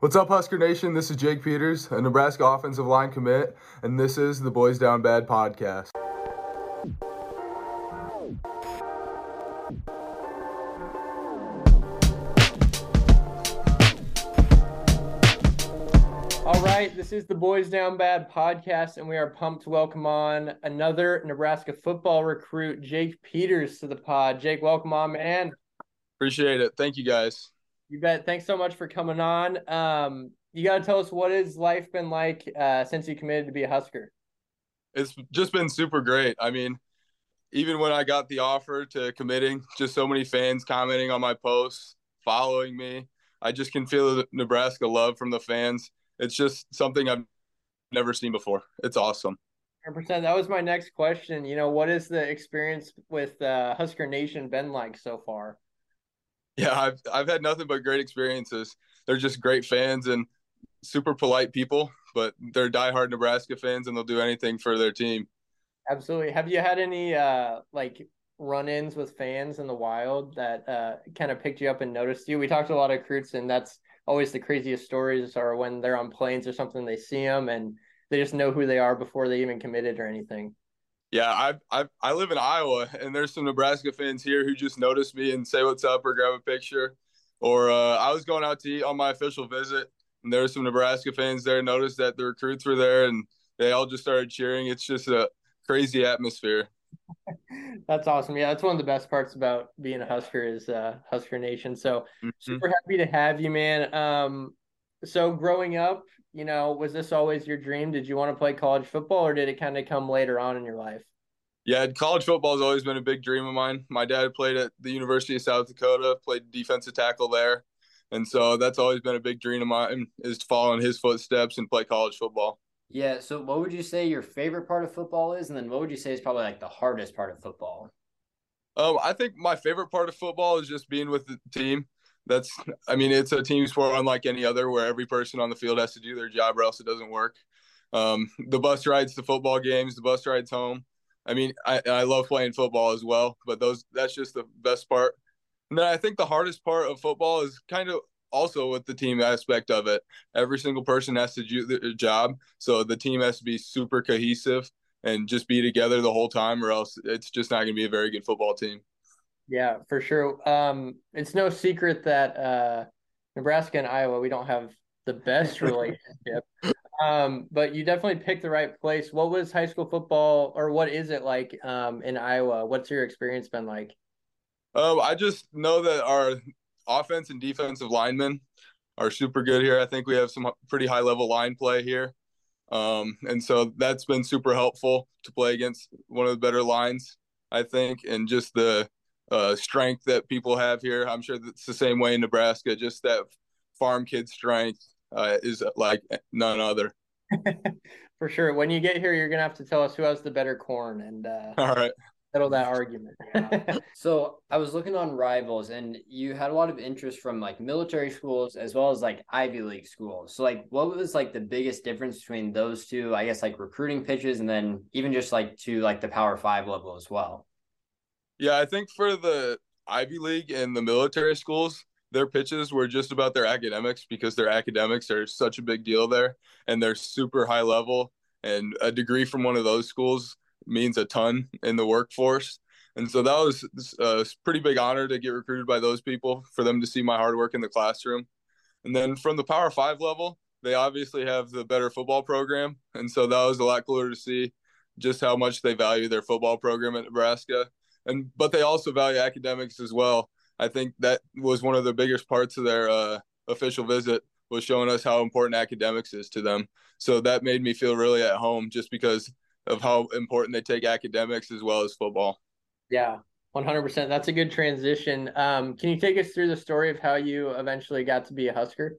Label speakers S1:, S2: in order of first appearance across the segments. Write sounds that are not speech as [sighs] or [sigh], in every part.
S1: What's up, Husker Nation? This is Jake Peters, a Nebraska offensive line commit, and this is the Boys Down Bad podcast.
S2: All right, this is the Boys Down Bad podcast, and we are pumped to welcome on another Nebraska football recruit, Jake Peters, to the pod. Jake, welcome on, man.
S1: Appreciate it. Thank you guys.
S2: You bet. Thanks so much for coming on. Um, you got to tell us what has life been like uh, since you committed to be a Husker.
S1: It's just been super great. I mean, even when I got the offer to committing, just so many fans commenting on my posts, following me. I just can feel the Nebraska love from the fans. It's just something I've never seen before. It's awesome.
S2: 100%. That was my next question. You know, what has the experience with uh, Husker Nation been like so far?
S1: Yeah, I've I've had nothing but great experiences. They're just great fans and super polite people, but they're diehard Nebraska fans and they'll do anything for their team.
S2: Absolutely. Have you had any uh, like run-ins with fans in the wild that uh, kind of picked you up and noticed you? We talked to a lot of recruits, and that's always the craziest stories are when they're on planes or something, they see them and they just know who they are before they even committed or anything.
S1: Yeah, I I I live in Iowa, and there's some Nebraska fans here who just notice me and say what's up or grab a picture. Or uh, I was going out to eat on my official visit, and there were some Nebraska fans there noticed that the recruits were there, and they all just started cheering. It's just a crazy atmosphere.
S2: That's awesome. Yeah, that's one of the best parts about being a Husker is uh, Husker Nation. So
S1: Mhm.
S2: super happy to have you, man. Um, so growing up, you know, was this always your dream? Did you want to play college football, or did it kind of come later on in your life?
S1: Yeah, college football has always been a big dream of mine. My dad played at the University of South Dakota, played defensive tackle there, and so that's always been a big dream of mine is to follow in his footsteps and play college football.
S3: Yeah. So, what would you say your favorite part of football is, and then what would you say is probably like the hardest part of football?
S1: Um, I think my favorite part of football is just being with the team. That's, I mean, it's a team sport unlike any other, where every person on the field has to do their job, or else it doesn't work. Um, the bus rides to football games, the bus rides home. I mean, I, I love playing football as well, but those that's just the best part. And then I think the hardest part of football is kind of also with the team aspect of it. Every single person has to do their job, so the team has to be super cohesive and just be together the whole time, or else it's just not going to be a very good football team.
S2: Yeah, for sure. Um, it's no secret that uh, Nebraska and Iowa, we don't have the best relationship. Um, but you definitely picked the right place. What was high school football, or what is it like um, in Iowa? What's your experience been like?
S1: Um, I just know that our offense and defensive linemen are super good here. I think we have some pretty high level line play here. Um, and so that's been super helpful to play against one of the better lines, I think, and just the uh, strength that people have here. I'm sure that's the same way in Nebraska, just that farm kid strength uh, is like none other. [laughs]
S2: For sure. When you get here, you're gonna have to tell us who has the better corn and uh,
S1: All right.
S2: settle that argument.
S3: So, I was looking on rivals, and you had a lot of interest from like military schools as well as like Ivy League schools. So, like, what was like the biggest difference between those two? I guess like recruiting pitches, and then even just like to like the Power Five level as well.
S1: Yeah, I think for the Ivy League and the military schools, their pitches were just about their academics because their academics are such a big deal there and they're super high level. And a degree from one of those schools means a ton in the workforce. And so that was uh, a pretty big honor to get recruited by those people for them to see my hard work in the classroom. And then from the Power Five level, they obviously have the better football program. And so that was a lot cooler to see just how much they value their football program at Nebraska and but they also value academics as well. I think that was one of the biggest parts of their uh, official visit was showing us how important academics is to them. So that made me feel really at home just because of how important they take academics as well as football.
S2: [laughs] Yeah, one hundred percent. That's a good transition. Um, can you take us through the story of how you eventually got to be a Husker?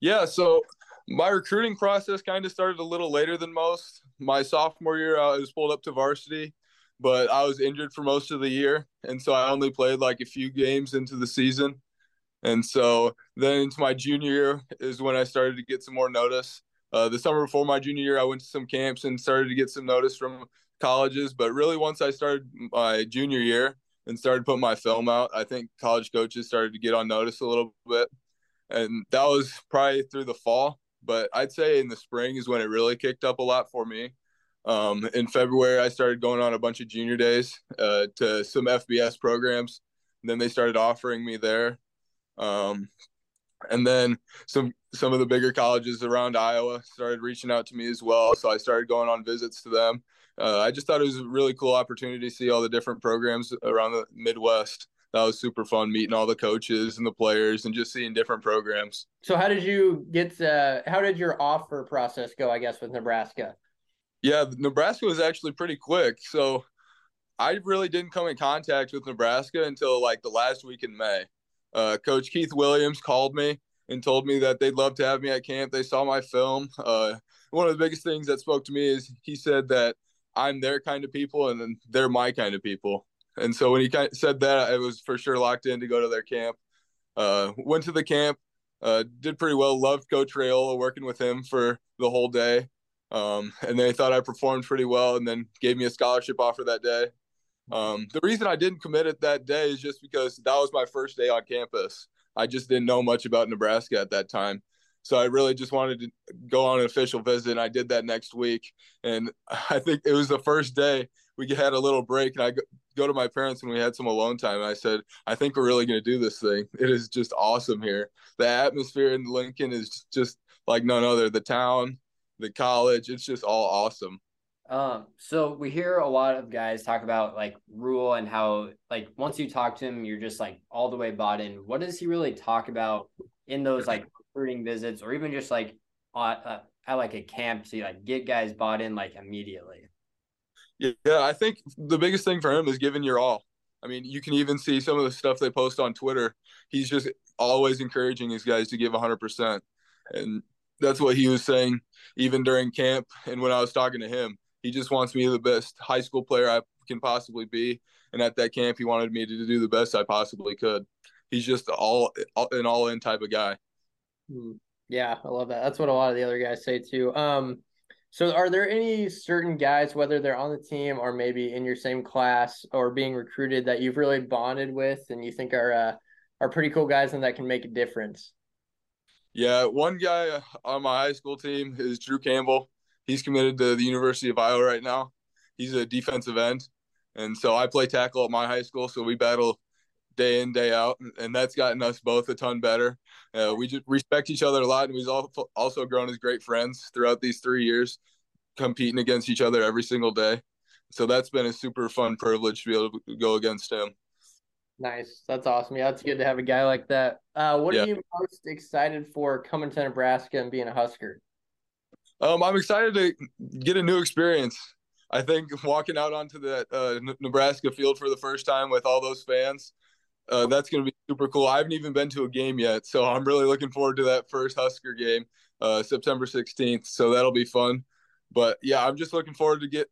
S1: Yeah, so my recruiting process kind of started a little later than most. My sophomore year, I was pulled up to varsity, but I was injured for most of the year, and so I only played like a few games into the season. And so then into my junior year is when I started to get some more notice. Uh, the summer before my junior year, I went to some camps and started to get some notice from colleges. But really, once I started my junior year and started putting my film out, I think college coaches started to get on notice a little bit. and that was probably through the fall. But I'd say in the spring is when it really kicked up a lot for me. Um, in February, I started going on a bunch of junior days uh, to some FBS programs. And then they started offering me there, um, and then some some of the bigger colleges around Iowa started reaching out to me as well. So I started going on visits to them. Uh, I just thought it was a really cool opportunity to see all the different programs around the Midwest. That was super fun meeting all the coaches and the players and just seeing different programs.
S2: So how did you get? Uh, how did your offer process go? I guess with Nebraska.
S1: Yeah, Nebraska was actually pretty quick. So I really didn't come in contact with Nebraska until like the last week in May. Uh, Coach Keith Williams called me and told me that they'd love to have me at camp. They saw my film. Uh, one of the biggest things that spoke to me is he said that I'm their kind of people and then they're my kind of people. And so when he kind of said that, I was for sure locked in to go to their camp. Uh, went to the camp, uh, did pretty well. Loved Coach Rayola, working with him for the whole day. Um, and they thought I performed pretty well, and then gave me a scholarship offer that day. Um, the reason I didn't commit it that day is just because that was my first day on campus. I just didn't know much about Nebraska at that time. So I really just wanted to go on an official visit, and I did that next week. And [laughs] I think it was the first day we had a little break, and I go, go to my parents, and we had some alone time. And I said, I think we're really going to do this thing. It is just awesome here. The atmosphere in Lincoln is just like none other. The town, the college, it's just all awesome.
S3: Um, so we hear a lot of guys talk about like Rule and how like once you talk to him, you're just like all the way bought in. What does he really talk about in those like recruiting visits, or even just like at, uh, at like a camp to like get guys bought in like immediately?
S1: Yeah, I think the biggest thing for him is giving your all. I mean, you can even see some of the stuff they post on Twitter. He's just always encouraging his guys to give 100%. And that's what he was saying even during camp and when I was talking to him. He just wants me the best high school player I can possibly be. And at that camp, he wanted me to do the best I possibly could. He's just all, all an all in type of guy.
S2: Yeah, I love that. That's what a lot of the other guys say too. Um, so are there any certain guys, whether they're on the team or maybe in your same class or being recruited, that you've really bonded with and you think are uh, are pretty cool guys and that can make a difference?
S1: Yeah, one guy on my high school team is Drew Campbell. He's committed to the University of Iowa right now. He's a defensive end, and so I play tackle at my high school. So we battle day in day out, and that's gotten us both a ton better. Uh, we just respect each other a lot, and we've also grown as great friends throughout these three years, competing against each other every single day. So that's been a super fun privilege to be able to go against him.
S2: Nice. That's awesome. Yeah, it's good to have a guy like that. Uh, what yeah. are you most excited for coming to Nebraska and being a Husker?
S1: Um, I'm excited to get a new experience. I think walking out onto that uh, Nebraska field for the first time with all those fans, uh, that's going to be super cool. I haven't even been to a game yet, so I'm really looking forward to that first Husker game, uh, September 16th. So that'll be fun. But yeah, I'm just looking forward to get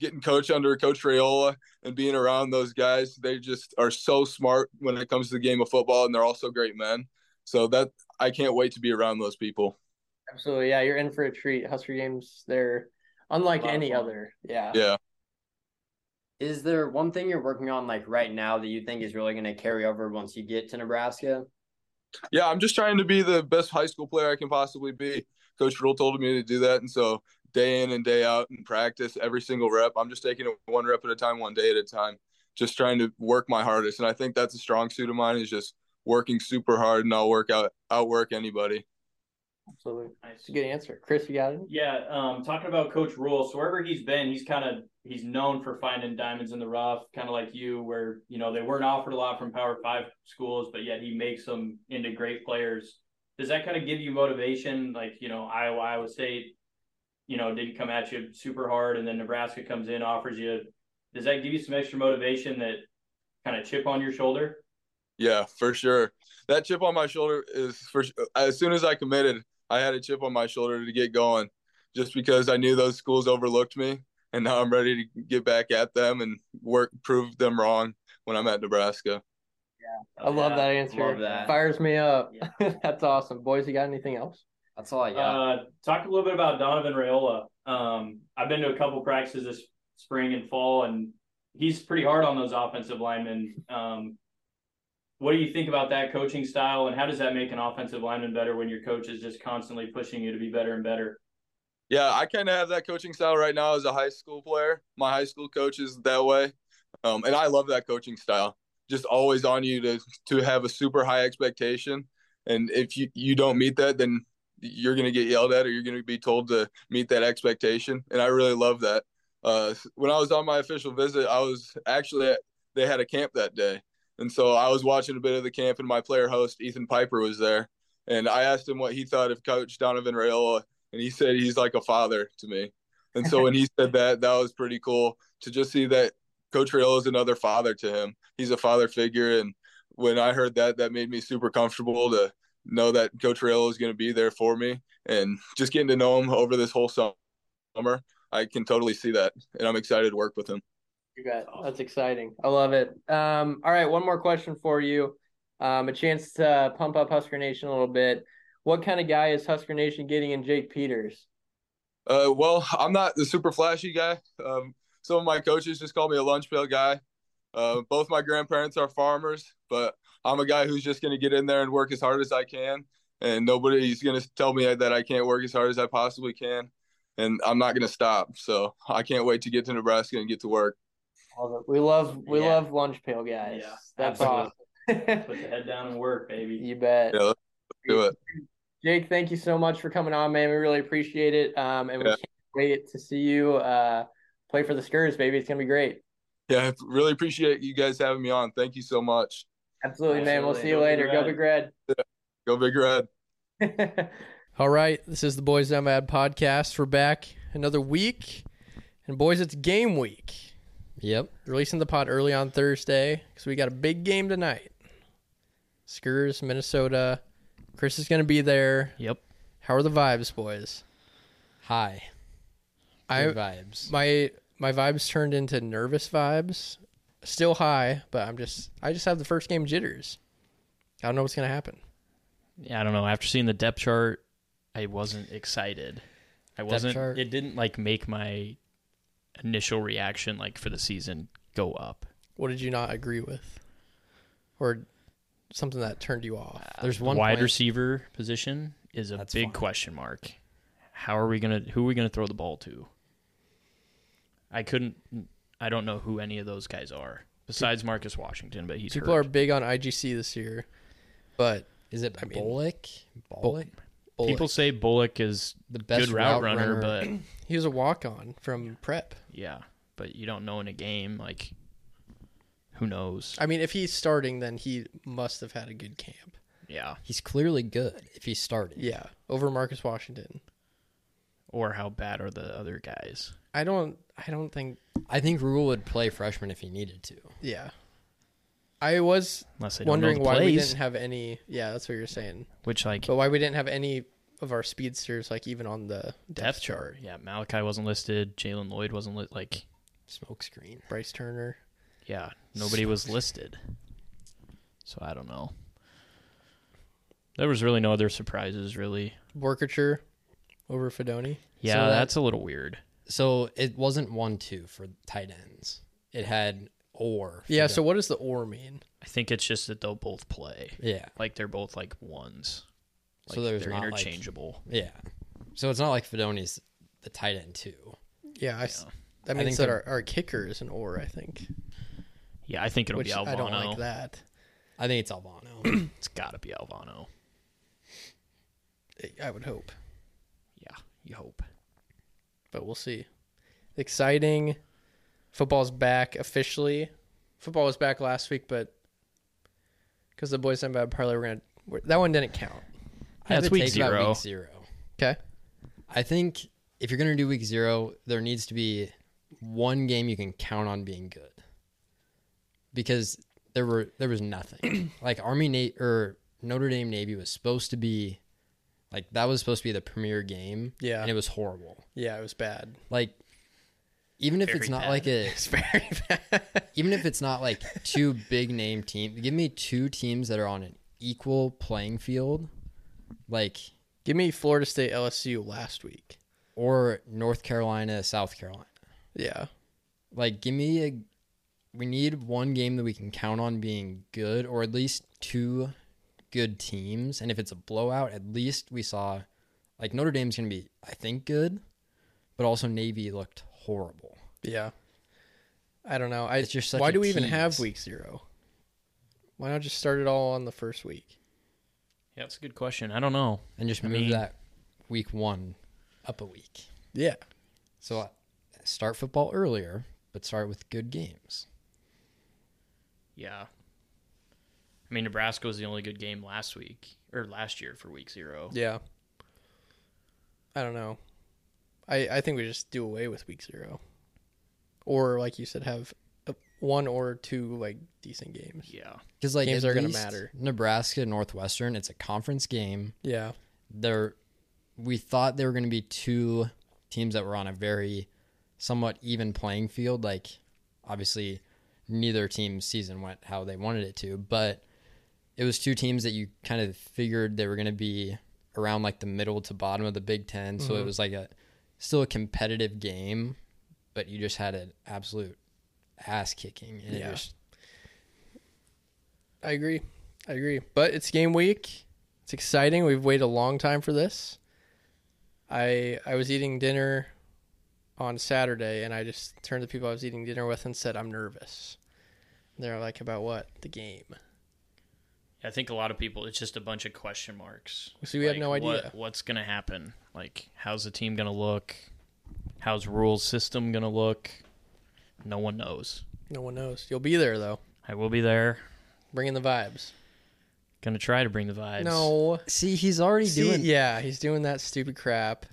S1: getting coach under Coach Rayola and being around those guys. They just are so smart when it comes to the game of football, and they're also great men. So that I can't wait to be around those people.
S2: Absolutely, yeah, you're in for a treat. Husker games, they're unlike any other. Yeah,
S1: yeah.
S3: Is there one thing you're working on like right now that you think is really going to carry over once you get to Nebraska?
S1: Yeah, I'm just trying to be the best high school player I can possibly be. Coach Rule told me to do that, and so day in and day out and practice every single rep. I'm just taking it one rep at a time, one day at a time, just trying to work my hardest. And I think that's a strong suit of mine is just working super hard and I'll work out outwork anybody.
S2: Absolutely. Nice. That's a good answer. Chris, you got it?
S4: Yeah. Um, talking about Coach Rule, so wherever he's been, he's kind of he's known for finding diamonds in the rough, kind of like you, where you know they weren't offered a lot from power five schools, but yet he makes them into great players. Does that kind of give you motivation? Like, you know, Iowa, Iowa State, you know didn't come at you super hard and then nebraska comes in offers you does that give you some extra motivation that kind of chip on your shoulder
S1: yeah for sure that chip on my shoulder is for as soon as i committed i had a chip on my shoulder to get going just because i knew those schools overlooked me and now i'm ready to get back at them and work prove them wrong when i'm at nebraska
S2: yeah i love yeah, that answer love that. fires me up yeah. [laughs] that's awesome boys you got anything else
S3: that's all I got.
S4: Uh, talk a little bit about Donovan Rayola. Um, I've been to a couple practices this spring and fall, and he's pretty hard on those offensive linemen. Um,
S3: What do you think about that coaching style, and how does that make an offensive lineman better when your coach is just constantly pushing you to be better and better?
S1: Yeah, I kind of have that coaching style right now as a high school player. My high school coach is that way, um, and I love that coaching style. Just always on you to to have a super high expectation, and if you you don't meet that, then you're going to get yelled at or you're going to be told to meet that expectation. And I really love that. Uh, when I was on my official visit, I was actually at, they had a camp that day, and so I was watching a bit of the camp, and my player host Ethan Piper was there, and I asked him what he thought of Coach Donovan Rayola and he said he's like a father to me. And so when he said that, that was pretty cool to just see that Coach Rayola is another father to him. He's a father figure, and when I heard that, that made me super comfortable to know that Coach Rayola is going to be there for me. And just getting to know him over this whole summer, I can totally see that, and I'm excited to work with him.
S2: You bet. That's exciting. I love it. Um, all right, one more question for you. Um, a chance to pump up Husker Nation a little bit what kind of guy is Husker Nation getting in Jake Peters?
S1: Uh, well, [laughs] I'm not the super flashy guy. Um, some of my coaches just call me a lunch pail guy. Uh, both my grandparents are farmers, but I'm a guy who's just going to get in there and work as hard as I can. And nobody's going to tell me that I can't work as hard as I possibly can. And I'm not going to stop. So I can't wait to get to Nebraska and get to work.
S2: We love we yeah. love lunch pail guys.
S3: Yeah,
S2: That's
S3: absolutely. awesome.
S2: [laughs]
S3: Put the head down and work, baby.
S2: You bet.
S1: Yeah, do it.
S2: Jake, thank you so much for coming on, man. We really appreciate it. Um, and we yeah. can't wait to see you uh, play for the Scurs, baby. It's gonna be great.
S1: Yeah, really appreciate you guys having me on. Thank you so much.
S2: Absolutely, Absolutely. man. We'll see you Go later. Big Go Big Red.
S1: Yeah. Go Big
S2: [laughs] Red. All right, this is the Boys Nomad podcast. We're back another week, and boys, it's game week.
S5: Yep,
S2: releasing the pod early on Thursday because we got a big game tonight. Scurs, Minnesota. Chris is going to be there.
S5: Yep.
S2: How are the vibes, boys?
S5: Hi.
S2: Good
S5: I vibes.
S2: My my vibes turned into nervous vibes. Still high, but I'm just I just have the first game jitters. I don't know what's going to happen.
S4: Yeah, I don't know. After seeing the depth chart, I wasn't excited. I wasn't
S2: chart.
S4: it didn't like make my initial reaction like for the season go up.
S2: What did you not agree with? Or something that turned you off?
S4: There's one wide point. receiver position is a That's big fine. question mark. How are we gonna? Who are we gonna throw the ball to? I couldn't. I don't know who any of those guys are besides Marcus Washington, but he's
S2: people
S4: hurt.
S2: are big on IGC this year. But
S5: is it I mean, Bullock? Bullock?
S4: Bullock? People say Bullock is the best route, route, runner, runner. but
S2: he was a walk on from prep.
S4: Yeah, but you don't know in a game like who knows?
S2: I mean, if he's starting, then he must have had a good camp.
S4: Yeah.
S5: He's clearly good if he's starting.
S2: Yeah. Over Marcus Washington.
S4: Or how bad are the other guys?
S2: I don't I don't think
S5: I think Rule would play freshman if he needed to.
S2: Yeah. I was wondering why plays. we didn't have any yeah, that's what you're saying.
S4: Which like
S2: but why we didn't have any of our speedsters like even on the depth,
S4: depth chart. Yeah, Malachi wasn't listed, Jalen Lloyd wasn't lit like
S5: smokescreen.
S2: Bryce Turner.
S4: Yeah, nobody was listed. So I don't know. There was really no other surprises, really.
S2: Workature over Fedoni.
S4: Yeah, so that, that's a little weird.
S5: So it wasn't one two for tight ends. It had or.
S2: Yeah. So what does the or mean?
S4: I think it's just that they'll both play.
S5: Yeah.
S4: Like they're both like ones.
S5: Like so there's
S4: they're
S5: not
S4: interchangeable.
S5: Like, yeah. So it's not like Fedoni's the tight end too.
S2: Yeah. I, yeah. That means that our, our kicker is an or. I think.
S4: Yeah, I think it'll
S2: Which
S4: be Alvano.
S2: I don't like that.
S5: I think it's Alvano.
S4: it's got to be Alvano.
S2: I would hope.
S4: Yeah, you hope.
S2: But we'll see. Exciting. Football's back officially. Football was back last week, but because the boys and bad parley were gonna that one didn't count.
S4: Yeah, it's week zero.
S5: week zero.
S2: Okay.
S5: I think if you're gonna do week zero, there needs to be one game you can count on being good because there were there
S4: [clears throat]
S5: was nothing like Army Nate or Notre Dame Navy was supposed to be like that was supposed to be the premier game.
S2: Yeah,
S5: and it was horrible.
S2: Yeah, it was bad.
S5: Like even if
S4: very
S5: [laughs] it's not
S4: bad. [laughs]
S5: like a
S2: it's very bad.
S5: even if it's not like two big name teams, give me two teams that are on an equal playing field. Like
S2: give me Florida State LSU last week
S5: or North Carolina South Carolina.
S2: Yeah.
S5: Like give me a we need one game that we can count on being good, or at least two good teams. And if it's a blowout, at least we saw like Notre Dame's going to be, I think, good, but also Navy looked horrible.
S2: Yeah. I don't know. I
S5: It's just such
S2: why
S5: a
S2: do we even
S5: tease.
S2: have week zero? Why not just start it all on the first week?
S4: Yeah, that's a good question. I don't know.
S5: And just
S4: I
S5: move
S4: mean-
S5: that week one up a week.
S2: Yeah.
S5: So uh, start football earlier, but start with good games.
S4: Yeah. I mean, Nebraska was the only good game last week or last year for week zero.
S2: Yeah. I don't know. I I think we just do away with week zero, or like you said, have a- one or two like decent games.
S4: Yeah.
S5: Because like
S2: Games
S5: at
S2: are gonna
S5: least
S2: matter.
S5: Nebraska Northwestern, it's a conference game.
S2: Yeah.
S5: There, we thought there were going to be two teams that were on a very somewhat even playing field. Like obviously, neither team's season went how they wanted it to, but it was two teams that you kind of figured they were going to be around like the middle to bottom of the Big 10 So it was like a still a competitive game, but you just had an absolute ass kicking, and
S2: Yeah.
S5: it just
S2: I agree. I agree. But it's game week. It's exciting. We've waited a long time for this. I I was eating dinner on Saturday and I just turned to the people I was eating dinner with and said, I'm nervous. And they're like, About what? The game.
S4: I think a lot of people, it's just a bunch of question marks.
S2: So we have no
S4: Like,
S2: idea.
S4: what- what's going to happen. Like, how's the team going to look? How's rules system going to look? No one knows.
S2: No one knows. You'll be there though.
S4: I will be there.
S2: Bringing the vibes.
S4: Going to try to bring the vibes.
S2: No.
S5: see he's already
S2: See,
S5: doing
S2: yeah, he's doing that stupid crap.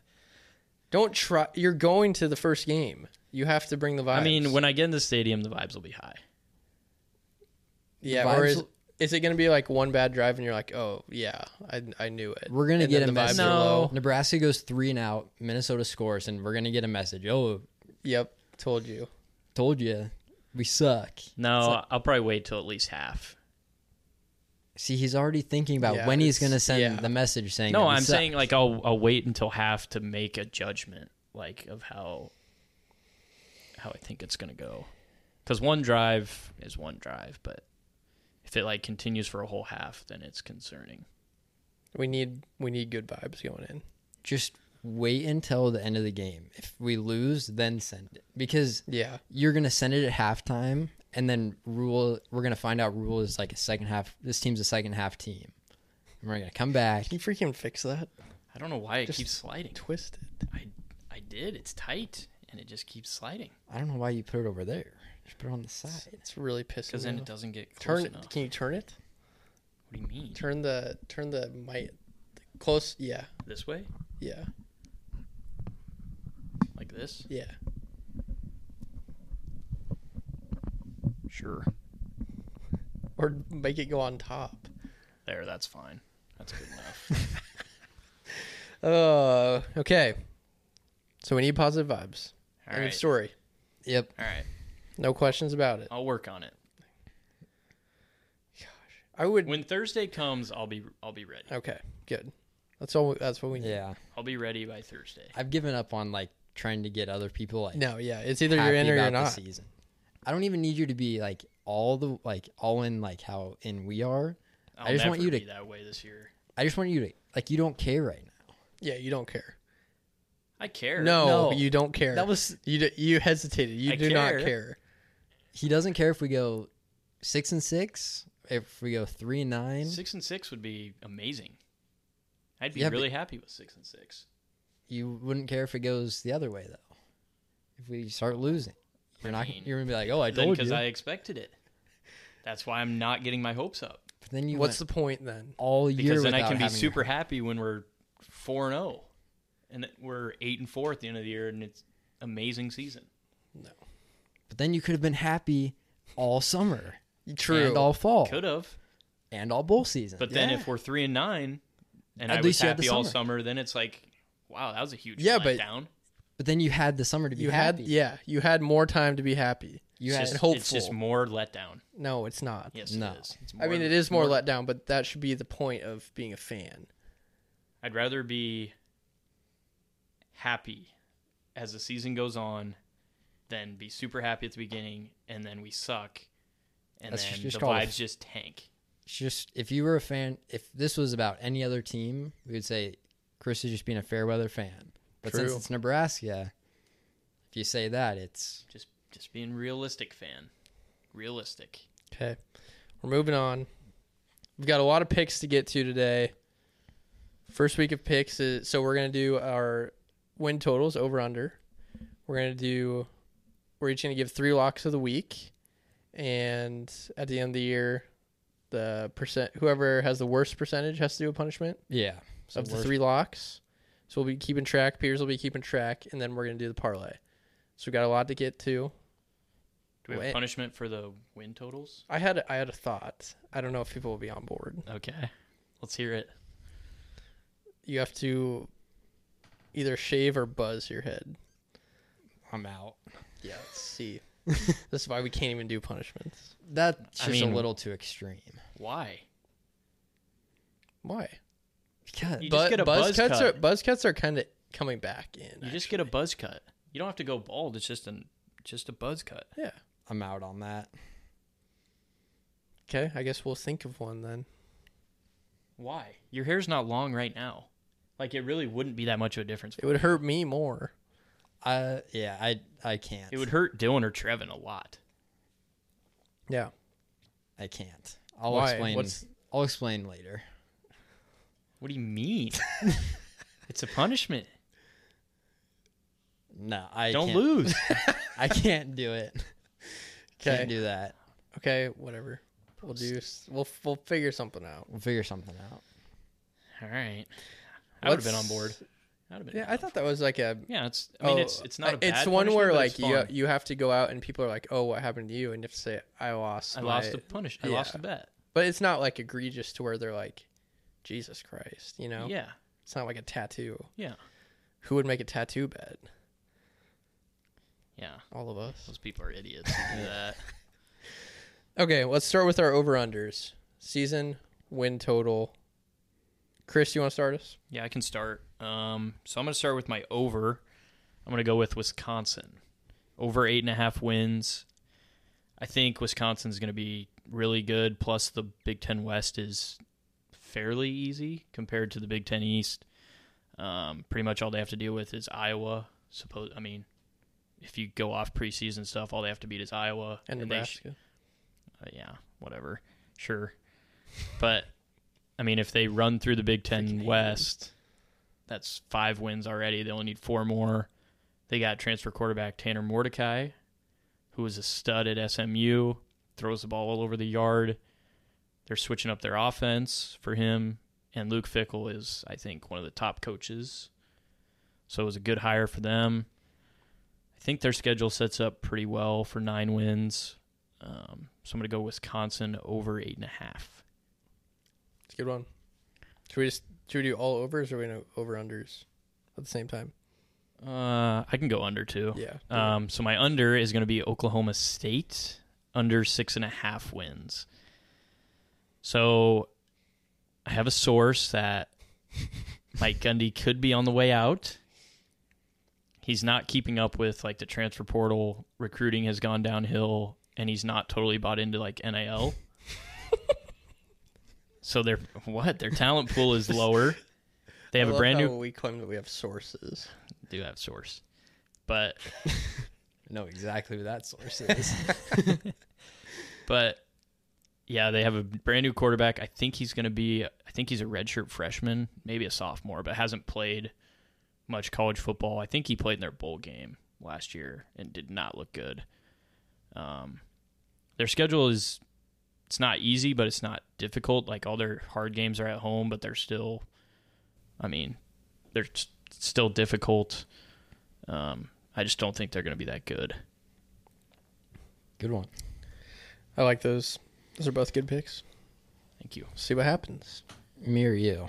S2: Don't try you're going to the first game. You have to bring the vibes.
S4: I mean, when I get in the stadium, the vibes will be high.
S2: Yeah,
S5: Vibes
S2: or is,
S5: will-
S2: is it going to be like one bad drive and you're like, oh yeah, I, I knew it.
S5: We're gonna
S2: And
S5: get
S2: then
S5: a
S2: the vibes
S5: message.
S2: are low.
S5: Nebraska goes three and out. Minnesota scores, and we're gonna get a message. Oh,
S2: Yep, told you.
S5: told you, we suck.
S4: No, I'll probably wait till at least half.
S5: See, he's already thinking about
S2: Yeah,
S5: when he's
S2: it's-
S5: gonna send
S2: yeah.
S5: the message saying. that
S4: No,
S5: we
S4: I'm
S5: suck.
S4: saying like I'll I'll wait until half to make a judgment like of how how I think it's gonna go. Because one drive is one drive, but if it like continues for a whole half, then it's concerning.
S2: We need we need good vibes going in.
S5: just wait until the end of the game. If we lose, then send it because
S2: Yeah,
S5: you're gonna send it at halftime, and then rule. We're gonna find out rule is like a second half. This team's a second half team. And we're gonna come back.
S2: can you freaking fix that?
S4: I don't know why it
S2: Just
S4: keeps sliding.
S2: Twist it.
S4: I I did. It's tight and it just keeps sliding
S5: I don't know why you put it over there. Just put it on the side.
S2: It's really pissing.
S4: because
S2: me
S4: then it
S2: off.
S4: doesn't get close
S2: turn
S4: enough.
S2: it. Can you turn it?
S4: What do you mean?
S2: Turn the turn the mic close. Yeah,
S4: This way?
S2: yeah,
S4: Like this?
S2: yeah.
S4: Sure.
S2: Or make it go on top.
S4: There. That's fine. That's good enough.
S2: [laughs] Uh, okay. So we need positive vibes.
S4: All
S2: End of
S4: right.
S2: story.
S5: Yep.
S4: All right.
S2: No questions about it.
S4: I'll work on it.
S2: I would.
S4: When Thursday comes, I'll be I'll be ready.
S2: Okay, good. That's all. That's what we need.
S5: Yeah.
S4: I'll be ready by Thursday.
S5: I've given up on like trying to get other people like
S2: No, yeah, it's either you're
S5: happy
S2: in or you're
S5: about the
S2: not.
S5: season. I don't even need you to be like all the like all in like how in we are.
S4: I'll
S5: just
S4: never
S5: want you to-
S4: be that way this year.
S5: I just want you to like you don't care right now.
S2: Yeah, you don't care.
S4: I care.
S2: No,
S5: No.
S2: you don't care.
S5: That was
S2: you. d- You hesitated. You
S4: I
S2: do
S4: care.
S2: not care.
S5: he doesn't care if we go six and six, if we go three and nine.
S4: six and six would be amazing. I'd be
S5: Yeah, but-
S4: really happy with six and six.
S5: You wouldn't care if it goes the other way though. If we start losing, you're
S4: I
S5: not.
S4: mean,
S5: you're gonna be like, oh, I
S4: Then
S5: told
S4: because
S5: you.
S4: I expected it. That's why I'm not getting my hopes up.
S5: but then you
S2: What's
S5: what's
S2: the point then?
S5: all year
S4: Because then I
S5: without
S4: can be
S5: having your-
S4: super happy when we're four and zero, and that we're eight and four at the end of the year, and it's amazing season.
S5: But then you could have been happy all summer
S2: True.
S5: and all fall
S4: Could have,
S5: and all bowl season.
S4: but then
S5: Oh. Yeah.
S4: if we're three and nine, and
S5: At
S4: I was
S5: least you had the
S4: happy all
S5: summer.
S4: summer, then it's like, wow, that was a huge
S2: Yeah,
S4: yeah,
S2: but-
S4: letdown.
S5: but then you had the summer to be
S2: you had
S5: happy.
S2: yeah. You had more time to be happy.
S5: you
S4: it's
S5: had
S4: just, It's just
S2: hopeful.
S4: more letdown.
S2: No, it's not.
S4: Yes,
S5: No.
S4: it is. It's
S2: I mean, it is more let down, but that should be the point of being a fan.
S4: I'd rather be happy as the season goes on then be super happy at the beginning, and then we suck, and
S5: That's
S4: then
S5: just
S4: the
S5: called a-
S4: vibes just tank.
S5: It's just if you were a fan, if this was about any other team, we would say Chris is just being a fair weather fan. But since
S2: True.
S5: it's Nebraska, if you say that, it's
S4: Just just being realistic, fan. Realistic.
S2: Okay. We're moving on. We've got a lot of picks to get to today. First week of picks is so we're going to do our win totals over under. We're going to do we're each going to give three locks of the week and at the end of the year the percent whoever has the worst percentage has to do a punishment
S5: yeah. So
S2: of the
S5: we're-
S2: three locks. So we'll be keeping track, Peters will be keeping track and then we're going to do the parlay. So we got a lot to get to.
S4: Do we have
S2: Wait.
S4: punishment for the win totals?
S2: I had I had a thought. I don't know if people will be on board.
S4: Okay. Let's hear it.
S2: you have to either shave or buzz your head.
S5: I'm out.
S2: Yeah, let's [laughs] see. That's why we can't even do punishments.
S5: That's
S4: I
S5: just
S4: mean-
S5: a little too extreme.
S4: Why?
S2: Why?
S5: Because
S4: You
S2: Bu-
S4: just get a
S2: buzz,
S4: buzz
S2: cuts
S4: cut.
S2: are buzz cuts are kind of coming back in.
S4: You just get a buzz cut. You don't have to go bald. It's just an just a buzz cut.
S2: yeah.
S5: I'm out on that.
S2: Okay, I guess we'll think of one then.
S4: Why? Your hair's not long right now. Like it really wouldn't be that much of a difference.
S2: It would hurt me more.
S5: I yeah, I I can't.
S4: It would hurt Dylan or Trevin a lot.
S2: Yeah.
S5: I can't. I'll
S2: Why?
S5: explain.
S2: What's-
S5: I'll explain later.
S4: What do you mean? it's a punishment.
S5: No, I
S4: don't
S5: can't-
S4: lose.
S5: I can't do it. [laughs]
S2: Okay.
S5: Can't do that.
S2: Okay, whatever. We'll do. s- We'll we'll figure something out.
S5: We'll figure something out.
S4: All right. I would have been on
S2: Let's-
S4: board. I would have been.
S2: Yeah, I thought that was like a.
S4: Yeah, it's. I mean,
S2: oh,
S4: it's it's not. A
S2: I-
S4: bad
S2: it's one
S4: punishment,
S2: where
S4: but
S2: like
S4: it's
S2: you
S4: fun.
S2: you have to go out and people are like, oh, what happened to you? And you have to say, I lost.
S4: I lost
S2: my-
S4: the punish. I
S2: yeah.
S4: lost the bet.
S2: But it's not like egregious to where they're like, Jesus Christ, you know?
S4: Yeah,
S2: It's not like a tattoo.
S4: yeah,
S2: Who would make a tattoo bet?
S4: yeah.
S2: All of us.
S4: Those people are idiots. who [laughs] do that.
S2: Okay, let's start with our over unders. Season win total. Chris, you want to start us?
S4: Yeah, I can start. Um, so I'm going to start with my over. I'm going to go with Wisconsin. Over eight and a half wins. I think Wisconsin's going to be really good. Plus, the Big Ten West is fairly easy compared to the Big Ten East. Um, pretty much all they have to deal with is Iowa. Suppose I mean, if you go off preseason stuff, all they have to beat is Iowa
S2: And
S4: they sh-
S2: Nebraska.
S4: uh, yeah, whatever, sure. But I mean, if they run through the Big
S2: Freaking hate
S4: Ten
S2: them.
S4: West, that's five wins already. They only need four more. They got transfer quarterback Tanner Mordecai, who is a stud at SMU, throws the ball all over the yard. They're switching up their offense for him, and Luke Fickle is, I think, one of the top coaches. So it was a good hire for them. I think their schedule sets up pretty well for nine wins. Um, so I'm going to go Wisconsin over eight and a half.
S2: It's a good one. Should we just should we do all overs or are we gonna over unders at the same time?
S4: Uh, I can go under too.
S2: Yeah.
S4: Um, so my under is going to be Oklahoma State under six and a half wins. So I have a source that
S2: [laughs]
S4: Mike Gundy could be on the way out. He's not keeping up with like the transfer portal. Recruiting has gone downhill, and he's not totally bought into like
S2: [laughs]
S4: NIL. so their what their talent pool is lower. They have
S2: I
S4: a
S2: love
S4: brand
S2: how
S4: new
S2: We claim that we have sources.
S4: do have source, but
S5: I know exactly what that source is.
S4: But yeah, they have a brand new quarterback. I think he's going to be, I think he's a redshirt freshman, maybe a sophomore, but hasn't played much college football. I think he played in their bowl game last year and did not look good. Um, their schedule is, it's not easy, but it's not difficult. Like all their hard games are at home, but they're still, I mean, they're s- still difficult. Um, I just don't think they're going to be that good.
S5: Good one.
S2: I like those. Those are both good picks.
S4: Thank you.
S2: See what happens.
S5: Me or you?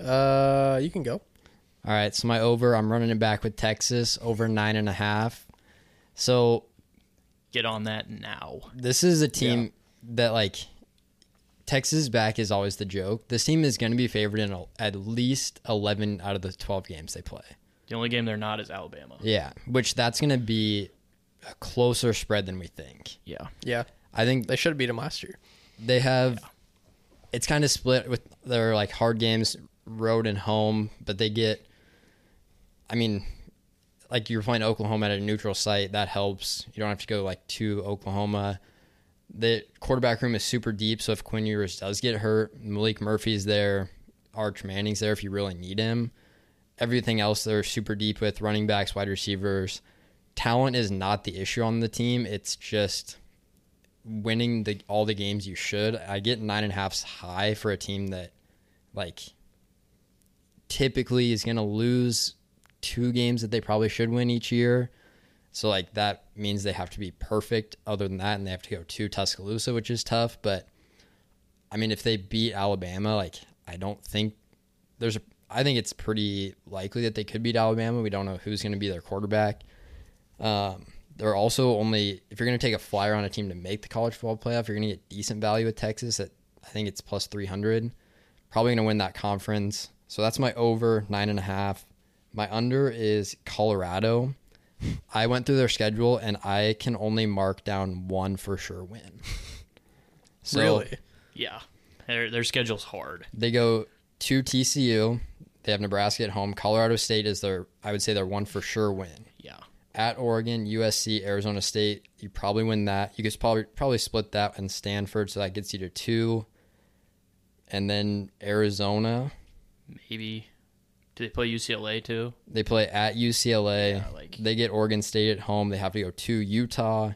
S2: Uh, you can go.
S5: All right, so my over, I'm running it back with Texas over nine and a half. So
S4: Get on that now.
S5: this is a team that like Texas back is always the joke. This team is going to be favored in el- at least 11 out of the 12 games they play.
S4: The only game they're not is Alabama.
S5: Yeah, which that's going to be a closer spread than we think.
S4: Yeah.
S2: Yeah,
S5: I think
S2: they should have beat him last year.
S5: they have it's kind of split with their like hard games road and home but they get i mean like you're playing oklahoma at a neutral site that helps you don't have to go like to oklahoma the quarterback room is super deep so if quinn ewers does get hurt malik murphy's there arch manning's there if you really need him everything else they're super deep with running backs wide receivers talent is not the issue on the team it's just winning the all the games you should. I get nine and a half's high for a team that like typically is gonna lose two games that they probably should win each year. So like that means they have to be perfect other than that and they have to go to Tuscaloosa, which is tough. But I mean if they beat Alabama, like I don't think there's a I think it's pretty likely that they could beat Alabama. We don't know who's gonna be their quarterback. Um they're also only if you're going to take a flyer on a team to make the college football playoff, you're going to get decent value with Texas at I think it's plus three hundred. Probably going to win that conference. So that's my over nine and a half. My under is Colorado. I went through their schedule and I can only mark down one for sure win. [laughs] So
S2: really,
S4: Yeah. Their, their schedule's hard.
S5: they go to TCU. They have Nebraska at home. Colorado State is their I would say their one for sure win.
S4: Yeah.
S5: at Oregon, USC, Arizona State. You probably win that. You could probably probably split that and Stanford, so that gets you to two. And then Arizona,
S4: Maybe. Do they play UCLA too?
S5: they play at UCLA.
S4: Yeah, like-
S5: they get Oregon State at home. They have to go to Utah.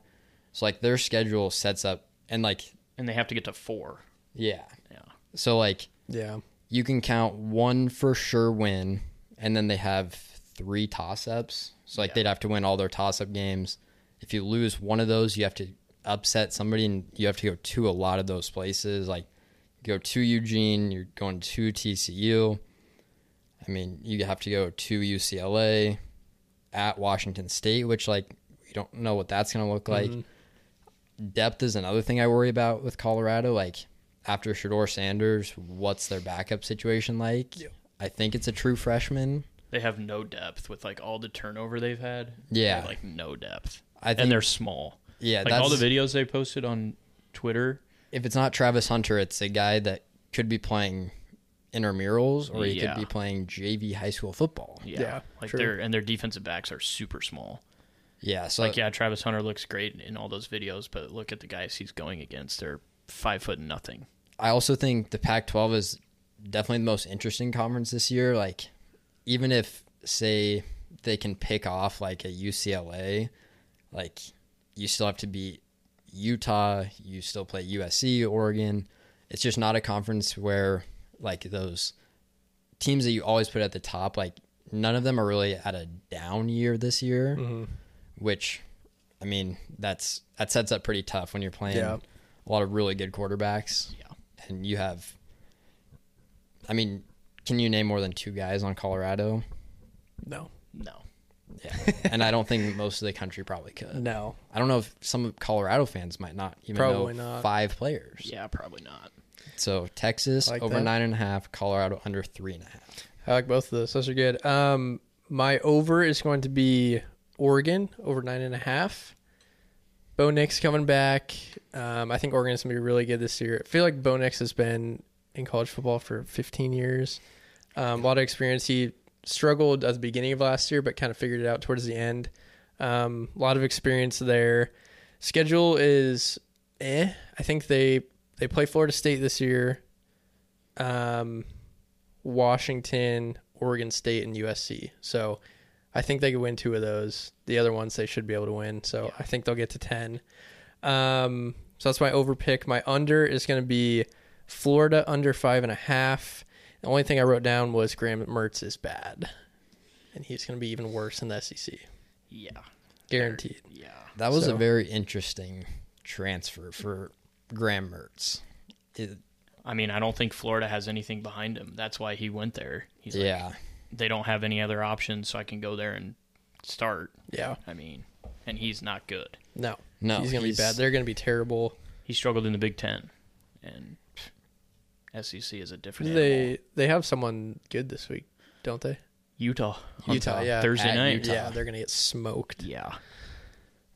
S5: So like their schedule sets up and like
S4: And they have to get to four.
S5: yeah.
S4: Yeah.
S5: So like
S2: yeah,
S5: you can count one for sure win, and then they have three toss ups. So like
S4: Yeah.
S5: they'd have to win all their toss up games. If you lose one of those, you have to upset somebody, and you have to go to a lot of those places. Like you go to Eugene, you're going to TCU. I mean, you have to go to UCLA at Washington State, which like we don't know what that's going to look like. Depth is another thing I worry about with Colorado. Like after Shador Sanders, what's their backup situation like? I think it's a true freshman.
S4: They have no depth with like all the turnover they've had. They
S5: Yeah,
S4: have, like no depth.
S5: I think
S4: and they're small.
S5: yeah.
S4: like
S5: that's
S4: all the videos they posted on Twitter.
S5: if it's not Travis Hunter, it's a guy that could be playing intramurals or he
S4: Yeah.
S5: could be playing JV high school football.
S4: Yeah.
S2: Yeah,
S4: like
S2: true.
S4: their and their defensive backs are super small.
S5: Yeah, so
S4: Like yeah, Travis Hunter looks great in all those videos, but look at the guys he's going against. They're five foot nothing.
S5: I also think the Pac-12 is definitely the most interesting conference this year. Like, even if say they can pick off like a UCLA, like you still have to beat Utah. You still play USC, Oregon. It's just not a conference where like those teams that you always put at the top, like none of them are really at a down year this year, which I mean that's that sets up pretty tough when you're playing
S2: Yeah.
S5: a lot of really good quarterbacks.
S4: Yeah.
S5: and you have. I mean, can you name more than two guys on Colorado?
S2: no,
S4: No.
S5: Yeah, [laughs] and I don't think most of the country probably could.
S2: no.
S5: I don't know if some Colorado fans might not even
S2: Probably
S5: know
S2: not.
S5: five players.
S4: Yeah, probably not.
S5: So Texas
S2: Like
S5: over
S2: that.
S5: nine and a half, Colorado under three and a half.
S2: I like both of those. Those are good. Um, my over is going to be Oregon over nine and a half. Bo Nix coming back. Um, I think Oregon's gonna be really good this year. I feel like Bo Nix has been in college football for 15 years. Um, a lot of experience. He struggled at the beginning of last year, but kind of figured it out towards the end. Um, a lot of experience there. Schedule is eh. I think they they play Florida State this year. Um, Washington, Oregon State, and USC. So I think they could win two of those. The other ones they should be able to win. So I think they'll get to 10. Um, so that's my over pick. My under is going to be Florida under five and a half. The only thing I wrote down was Graham Mertz is bad. And he's going to be even worse in the SEC.
S4: Yeah.
S2: Guaranteed.
S4: Yeah.
S5: That was
S2: So-
S5: a very interesting transfer for Graham Mertz. It-
S4: I mean, I don't think Florida has anything behind him. That's why he went there. He's like,
S5: yeah,
S4: they don't have any other options, so I can go there and start.
S2: Yeah.
S4: I mean, and he's not good.
S2: No.
S5: No,
S2: He's going to be
S5: he's-
S2: bad. They're going to be terrible.
S4: He struggled in the Big Ten, and pff, SEC is a different. animal.
S2: They they have someone good this week, don't they?
S4: Utah,
S2: Utah, yeah.
S4: Thursday
S5: At
S4: night.
S5: Utah.
S2: Yeah, they're going to get smoked.
S4: Yeah,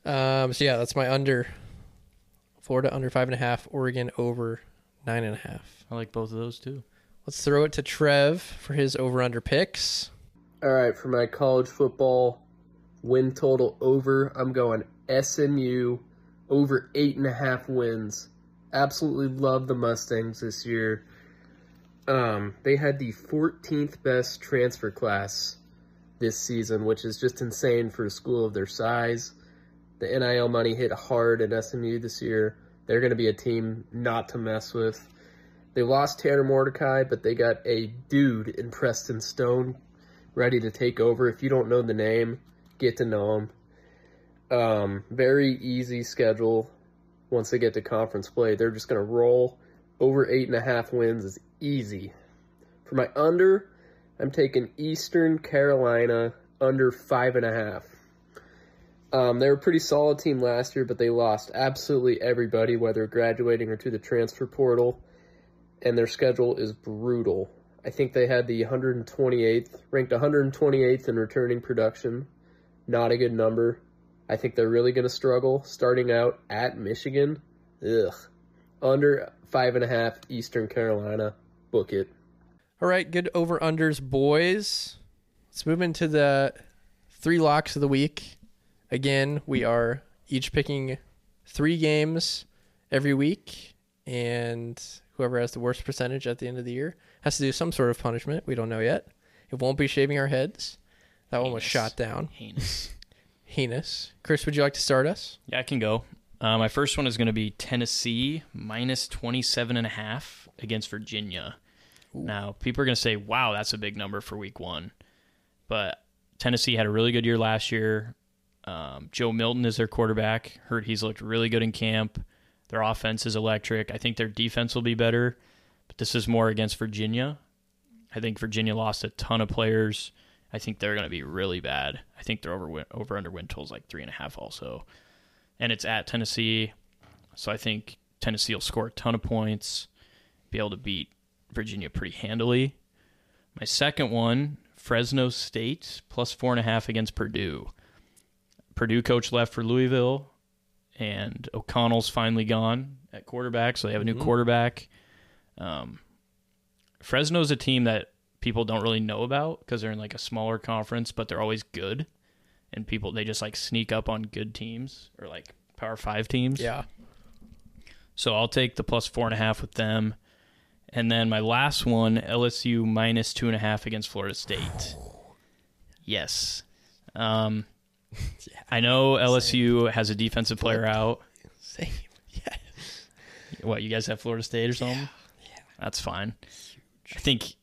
S2: Um, so yeah, that's my under. Florida under five and a half. Oregon over nine and a half.
S4: I like both of those too.
S2: Let's throw it to Trev for his over under picks.
S6: All right, for my college football win total over, I'm going SMU over eight and a half wins. Absolutely love the Mustangs this year. Um, they had the 14th best transfer class this season, which is just insane for a school of their size. The NIL money hit hard at SMU this year. They're going to be a team not to mess with. They lost Tanner Mordecai, but they got a dude in Preston Stone ready to take over. If you don't know the name, get to know him. Um, very easy schedule once they get to conference play. They're just going to roll. Over eight and a half wins is easy. For my under, I'm taking Eastern Carolina under five and a half. Um, they were a pretty solid team last year, but they lost absolutely everybody, whether graduating or to the transfer portal, and their schedule is brutal. I think they had the 128th, ranked 128th in returning production. Not a good number. I think they're really going to struggle starting out at Michigan. Ugh. Under five and a half, Eastern Carolina. Book it.
S2: All right, good over unders, boys. Let's move into the three locks of the week. Again, we are each picking three games every week, and whoever has the worst percentage at the end of the year has to do some sort of punishment. We don't know yet. It won't be shaving our heads. That one was
S4: Heinous.
S2: shot down.
S4: Heinous.
S2: Heinous. Chris, would you like to start us?
S4: yeah, I can go. Uh, my first one is going to be Tennessee minus 27 and a half against Virginia. Now, people are going to say, wow, that's a big number for week one. But Tennessee had a really good year last year. Um, Joe Milton is their quarterback. Heard he's looked really good in camp. Their offense is electric. I think their defense will be better, but this is more against Virginia. I think Virginia lost a ton of players. I think they're going to be really bad. I think they're over over under win totals like three and a half also, and it's at Tennessee, so I think Tennessee will score a ton of points, be able to beat Virginia pretty handily. My second one, Fresno State plus four and a half against Purdue. Purdue coach left for Louisville, and O'Connell's finally gone at quarterback, so they have a new quarterback. Um, Fresno's a team that people don't really know about because they're in like a smaller conference, but they're always good, and people they just like sneak up on good teams or like Power Five teams.
S2: Yeah.
S4: So I'll take the plus four and a half with them. And then my last one, LSU minus two and a half against Florida State. Yes. [laughs] Um, I know LSU has a defensive player out.
S2: Same.
S4: What, you guys have Florida State or something? Yeah. That's fine. I think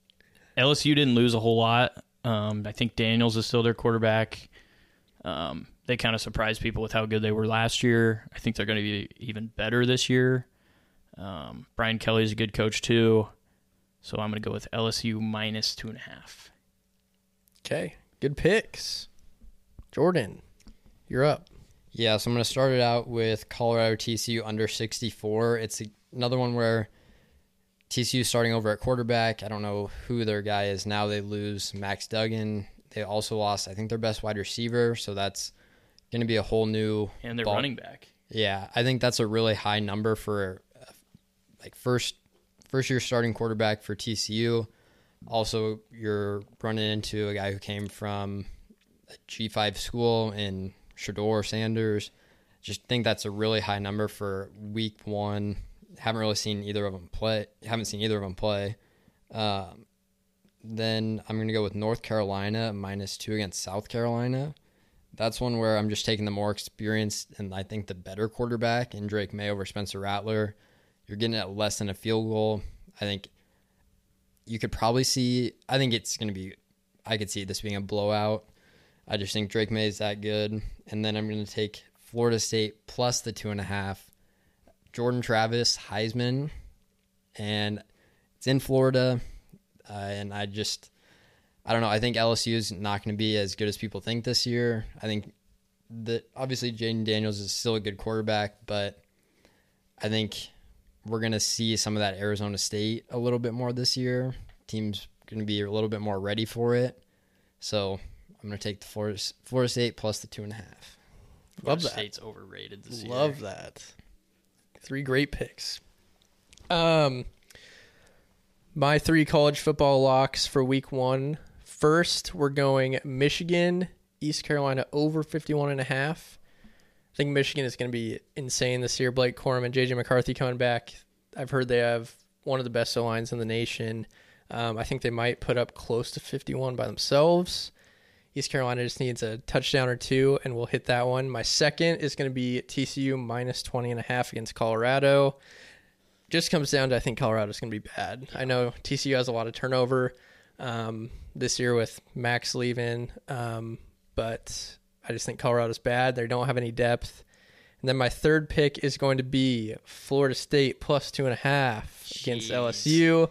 S4: LSU didn't lose a whole lot. Um, I think Daniels is still their quarterback. Um, they kind of surprised people with how good they were last year. I think they're going to be even better this year. Um, Brian Kelly's a good coach too, so I'm going to go with LSU minus two and a half.
S2: Okay. Good picks. Jordan, you're up.
S5: Yeah, so I'm going to start it out with Colorado TCU under 64. It's another one where TCU starting over at quarterback. I don't know who their guy is now. They lose Max Duggan. They also lost, I think, their best wide receiver. So that's going to be a whole new.
S4: And their
S5: ball-
S4: running back.
S5: Yeah, I think that's a really high number for uh, like first first year starting quarterback for TCU. Also, you're running into a guy who came from a G5 school in Shador Sanders. Just think that's a really high number for week one. Haven't really seen either of them play. Haven't seen either of them play. Um, then I'm going to go with North Carolina minus two against South Carolina that's one where I'm just taking the more experienced and I think the better quarterback in Drake May over Spencer Rattler. You're getting at less than a field goal. I think you could probably see. I think it's going to be. I could see this being a blowout. I just think Drake May is that good, and then I'm going to take Florida State plus the two and a half. Jordan Travis Heisman, and it's in Florida, uh, and I just. I don't know. I think LSU is not going to be as good as people think this year. I think that obviously Jaden Daniels is still a good quarterback, but I think we're going to see some of that Arizona State a little bit more this year. Team's going to be a little bit more ready for it. So I'm going to take the Florida, Florida State plus the two and a half.
S2: Love that.
S4: State's overrated this year.
S2: Love that. Three great picks. Um, my three college football locks for week one. First, we're going Michigan, East Carolina over 51 and a half. I think Michigan is going to be insane this year. Blake Corman, JJ McCarthy coming back. I've heard they have one of the best lines in the nation. Um, I think they might put up close to 51 by themselves. East Carolina just needs a touchdown or two, and we'll hit that one. My second is going to be TCU minus 20 and a half against Colorado. Just comes down to I think Colorado's going to be bad. I know TCU has a lot of turnover um, this year with Max leaving, um, but I just think Colorado's bad. They don't have any depth. And then my third pick is going to be Florida State plus two and a half against
S4: Jeez.
S2: LSU.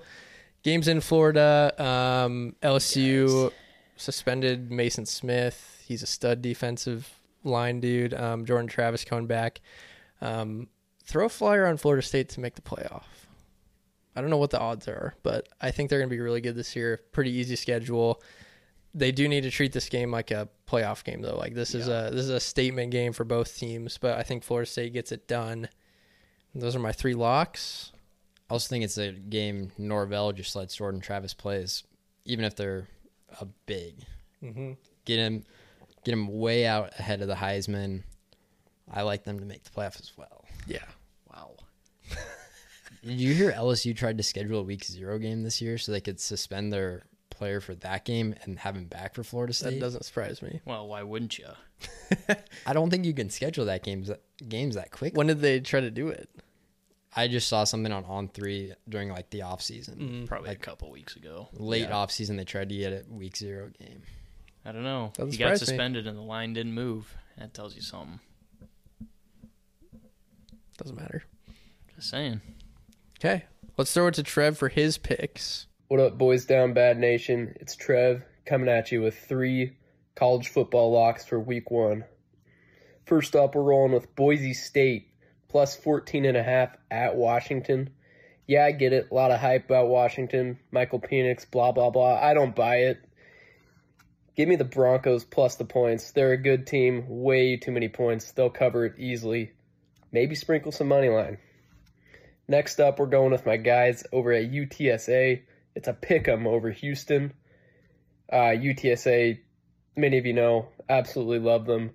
S2: Games in Florida. Um, LSU
S4: Yikes.
S2: suspended Mason Smith. He's a stud defensive line dude. Um, Jordan Travis coming back. Um, throw a flyer on Florida State to make the playoff. I don't know what the odds are, but I think they're going to be really good this year. Pretty easy schedule. They do need to treat this game like a playoff game, though. Like this is a this is a statement game for both teams, but I think Florida State gets it done. Those are my three locks.
S5: I also think it's a game Norvell just lets Jordan Travis plays, even if they're a big.
S2: Mm-hmm.
S5: Get him, get him way out ahead of the Heisman. I like them to make the playoff as well.
S2: Yeah.
S5: Wow. Did you hear LSU tried to schedule a week zero game this year so they could suspend their player for that game and have him back for Florida
S2: That
S5: State?
S2: doesn't surprise me.
S4: Well, why wouldn't you?
S5: I don't think you can schedule that games games that quick.
S2: When did they try to do it?
S5: I just saw something on on three during like the off
S2: Mm-hmm.
S5: season,
S4: Probably a couple weeks ago.
S5: late off season. They tried to get a week zero game.
S4: I don't know.
S2: Doesn't
S4: he got
S2: surprise me.
S4: suspended and the line didn't move. That tells you something.
S2: Doesn't matter.
S4: Just saying.
S2: Okay. Let's throw it to Trev for his picks.
S6: What up, boys down bad nation? It's Trev coming at you with three college football locks for week one. First up, we're rolling with Boise State plus 14 and a half at Washington. Yeah, I get it. A lot of hype about Washington, Michael Penix, blah, blah, blah. I don't buy it. Give me the Broncos plus the points. They're a good team, way too many points. They'll cover it easily. Maybe sprinkle some money line. Next up, we're going with my guys over at UTSA. It's a pick 'em over Houston. Uh, UTSA, many of you know, absolutely love them.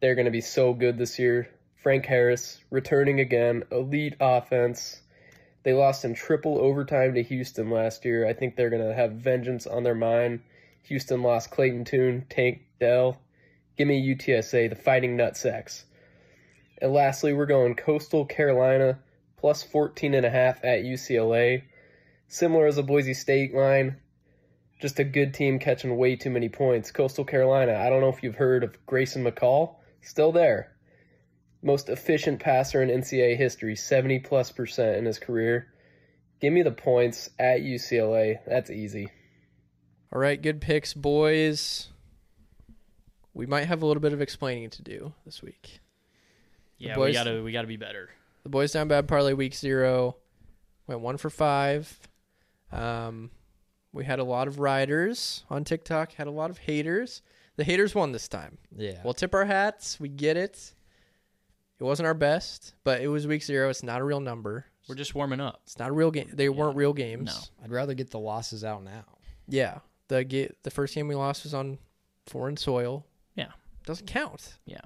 S6: They're going to be so good this year. Frank Harris returning again, elite offense. They lost in triple overtime to Houston last year. I think they're going to have vengeance on their mind. Houston lost Clayton Toon, Tank Dell. Give me UTSA, the fighting nutsacks. And lastly, we're going Coastal Carolina plus 14 and a half at UCLA. Similar as a Boise State line, just a good team catching way too many points. Coastal Carolina, I don't know if you've heard of Grayson McCall, still there. Most efficient passer in NCAA history, 70 plus percent in his career. Give me the points at UCLA. That's easy.
S2: All right, good picks, boys. We might have a little bit of explaining to do this week.
S4: Yeah,
S2: boys-
S4: we gotta we gotta be better.
S2: The boys down bad parlay week zero went one for five. Um, we had a lot of riders on TikTok, had a lot of haters. The haters won this time.
S5: Yeah.
S2: We'll tip our hats. We get it. It wasn't our best, but it was week zero. It's not a real number.
S4: We're just warming up.
S2: It's not a real game. They weren't real games.
S4: No.
S5: I'd rather get the losses out now.
S2: Yeah. The ga- the first game we lost was on foreign soil.
S4: Yeah.
S2: Doesn't count.
S4: Yeah.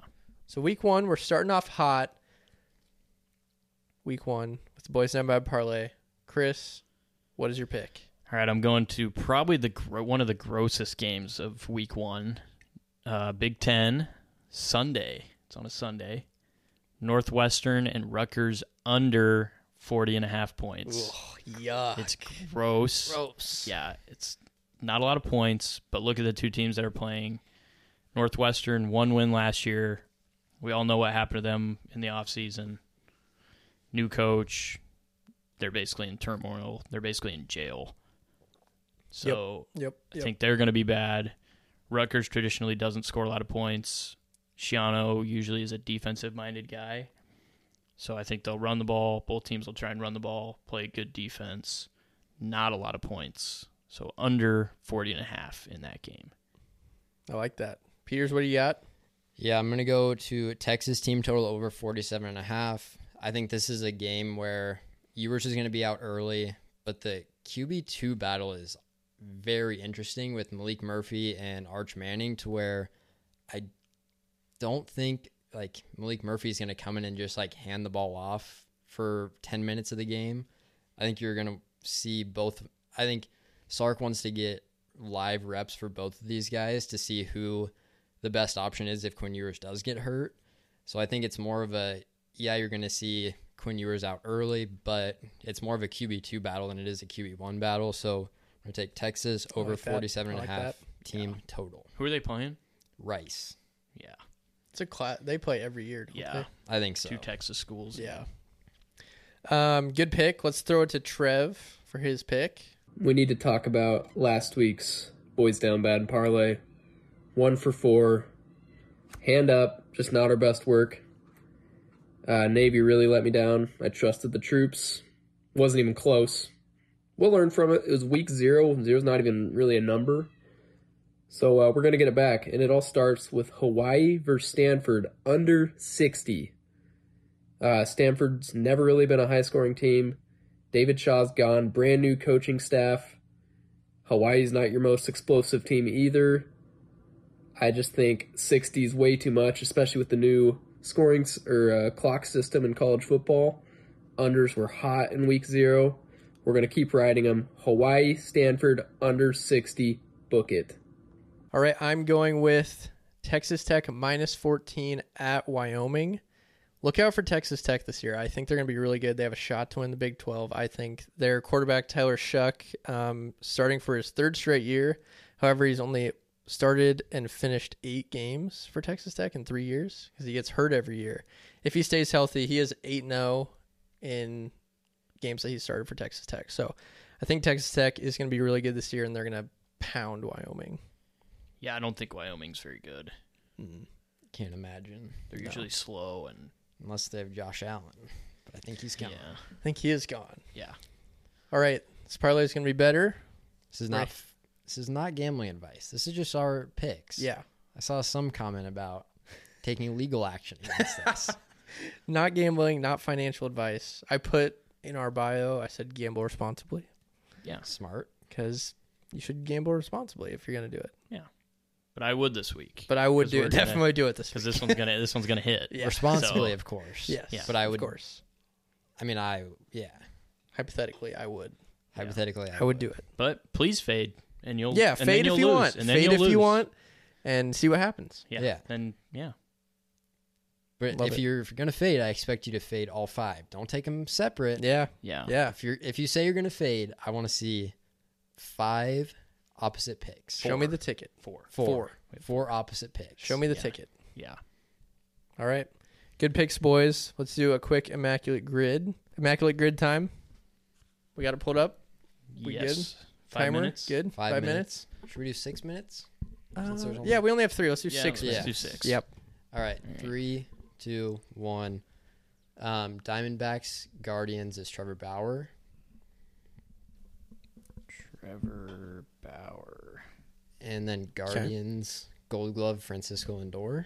S2: So week one, we're starting off hot. Week one with the boys down bad parlay. Chris, what is your pick?
S4: All right, I'm going to probably the gro- one of the grossest games of Week One, uh, Big Ten Sunday. It's on a Sunday. Northwestern and Rutgers under 40 and a half points.
S2: yuck.
S4: It's gross.
S2: gross.
S4: Yeah, it's not a lot of points, but look at the two teams that are playing. Northwestern, one win last year. We all know what happened to them in the offseason. New coach. They're basically in turmoil. They're basically in jail. So
S2: Yep.
S4: I think they're going to be bad. Rutgers traditionally doesn't score a lot of points. Shiano usually is a defensive minded guy. So I think they'll run the ball. Both teams will try and run the ball, play good defense. Not a lot of points. So under 40 and a half in that game.
S2: I like that. Peters, what do you got?
S5: Yeah, I'm going to go to Texas team total over 47 and a half. I think this is a game where Ewers is going to be out early, but the QB2 battle is very interesting with Malik Murphy and Arch Manning to where I don't think like Malik Murphy is going to come in and just like hand the ball off for 10 minutes of the game. I think you're going to see both I think Sark wants to get live reps for both of these guys to see who the best option is if Quinn Ewers does get hurt. So I think it's more of a yeah, you're going to see Quinn Ewers out early, but it's more of a QB2 battle than it is a QB1 battle. So I'm going to take Texas over
S2: like that.
S5: forty-seven and a
S2: I
S5: half 47 and a
S2: like
S5: half team total.
S4: Who are they playing?
S5: Rice.
S4: Yeah,
S2: It's a class. They play every year. Don't
S4: yeah,
S5: I think so.
S4: two Texas schools.
S2: They? Yeah. Um, good pick. Let's throw it to Trev for his pick.
S6: We need to talk about last week's boys down bad parlay. One for four, hand up, just not our best work. Uh, Navy really let me down. I trusted the troops, wasn't even close. We'll learn from it. It was week zero. Zero's not even really a number. So uh, we're gonna get it back, and it all starts with Hawaii versus Stanford under sixty. Uh, Stanford's never really been a high-scoring team. David Shaw's gone, brand new coaching staff. Hawaii's not your most explosive team either. I just think 60 is way too much, especially with the new scoring s- or uh, clock system in college football. Unders were hot in week zero. We're going to keep riding them. Hawaii, Stanford, under 60, book it.
S2: All right, I'm going with Texas Tech minus 14 at Wyoming. Look out for Texas Tech this year. I think they're going to be really good. They have a shot to win the Big 12. I think their quarterback, Tyler Shuck, um, starting for his third straight year. However, he's only started and finished eight games for Texas Tech in three years because he gets hurt every year. If he stays healthy, he is 8 0 in games that he started for Texas Tech. So I think Texas Tech is going to be really good this year and they're going to pound Wyoming.
S4: yeah. I don't think Wyoming's very good.
S5: Can't imagine.
S4: They're usually slow and
S5: Unless they have Josh Allen. But I think he's
S4: yeah,
S5: gone.
S2: I think he is gone.
S4: yeah.
S2: All right, this parlay is going to be better.
S5: This is not
S2: Right.
S5: this is not gambling advice. This is just our picks.
S2: Yeah,
S5: I saw some comment about taking legal action
S2: [laughs]
S5: against this.
S2: not gambling, not financial advice. I put in our bio, I said gamble responsibly
S5: Smart.
S2: because you should gamble responsibly if you're going to do it.
S4: But I would this week
S2: But I would
S4: 'Cause
S2: do
S4: we're
S2: it.
S4: gonna-
S2: Definitely do it this
S4: because
S2: week.
S4: this one's gonna this one's gonna hit.
S2: Yeah.
S5: Responsibly,
S4: So-
S5: of course.
S2: Yes,
S4: yeah.
S5: But I would
S2: of course.
S5: I mean I yeah.
S2: Hypothetically, I would.
S5: Hypothetically
S2: I would do it.
S4: But please fade and you'll
S2: Yeah,
S4: and then
S2: fade
S4: you'll
S2: if you
S4: lose,
S2: want.
S4: and then
S2: Fade
S4: you'll
S2: if you
S4: lose.
S2: want, and see what happens.
S4: Yeah.
S5: Yeah.
S4: Then yeah.
S5: But
S2: Love
S5: if
S2: it.
S5: you're if you're gonna fade, I expect you to fade all five. Don't take them separate.
S2: Yeah,
S4: Yeah.
S2: yeah.
S5: If you're if you say you're gonna fade, I want to see five opposite picks.
S2: Show me the ticket. Four. Four.
S5: four. Four opposite picks.
S2: Show me the ticket.
S4: Yeah.
S2: All right. Good picks, boys. Let's do a quick immaculate grid. Immaculate grid time. We got it pulled up. We good?
S4: yes. Five
S2: Timer.
S4: minutes.
S2: Good.
S5: five, minutes. Should we do six minutes? Since there's
S2: Uh,
S5: only-
S2: yeah, we only have three. Let's do
S4: Yeah,
S2: six.
S4: let's
S5: Yeah.
S4: do six.
S2: Yep.
S5: All right, three, two, one. Um, Diamondbacks Guardians is Trevor Bauer.
S4: Trevor Bauer.
S5: And then Guardians, Gold Glove, Francisco Lindor.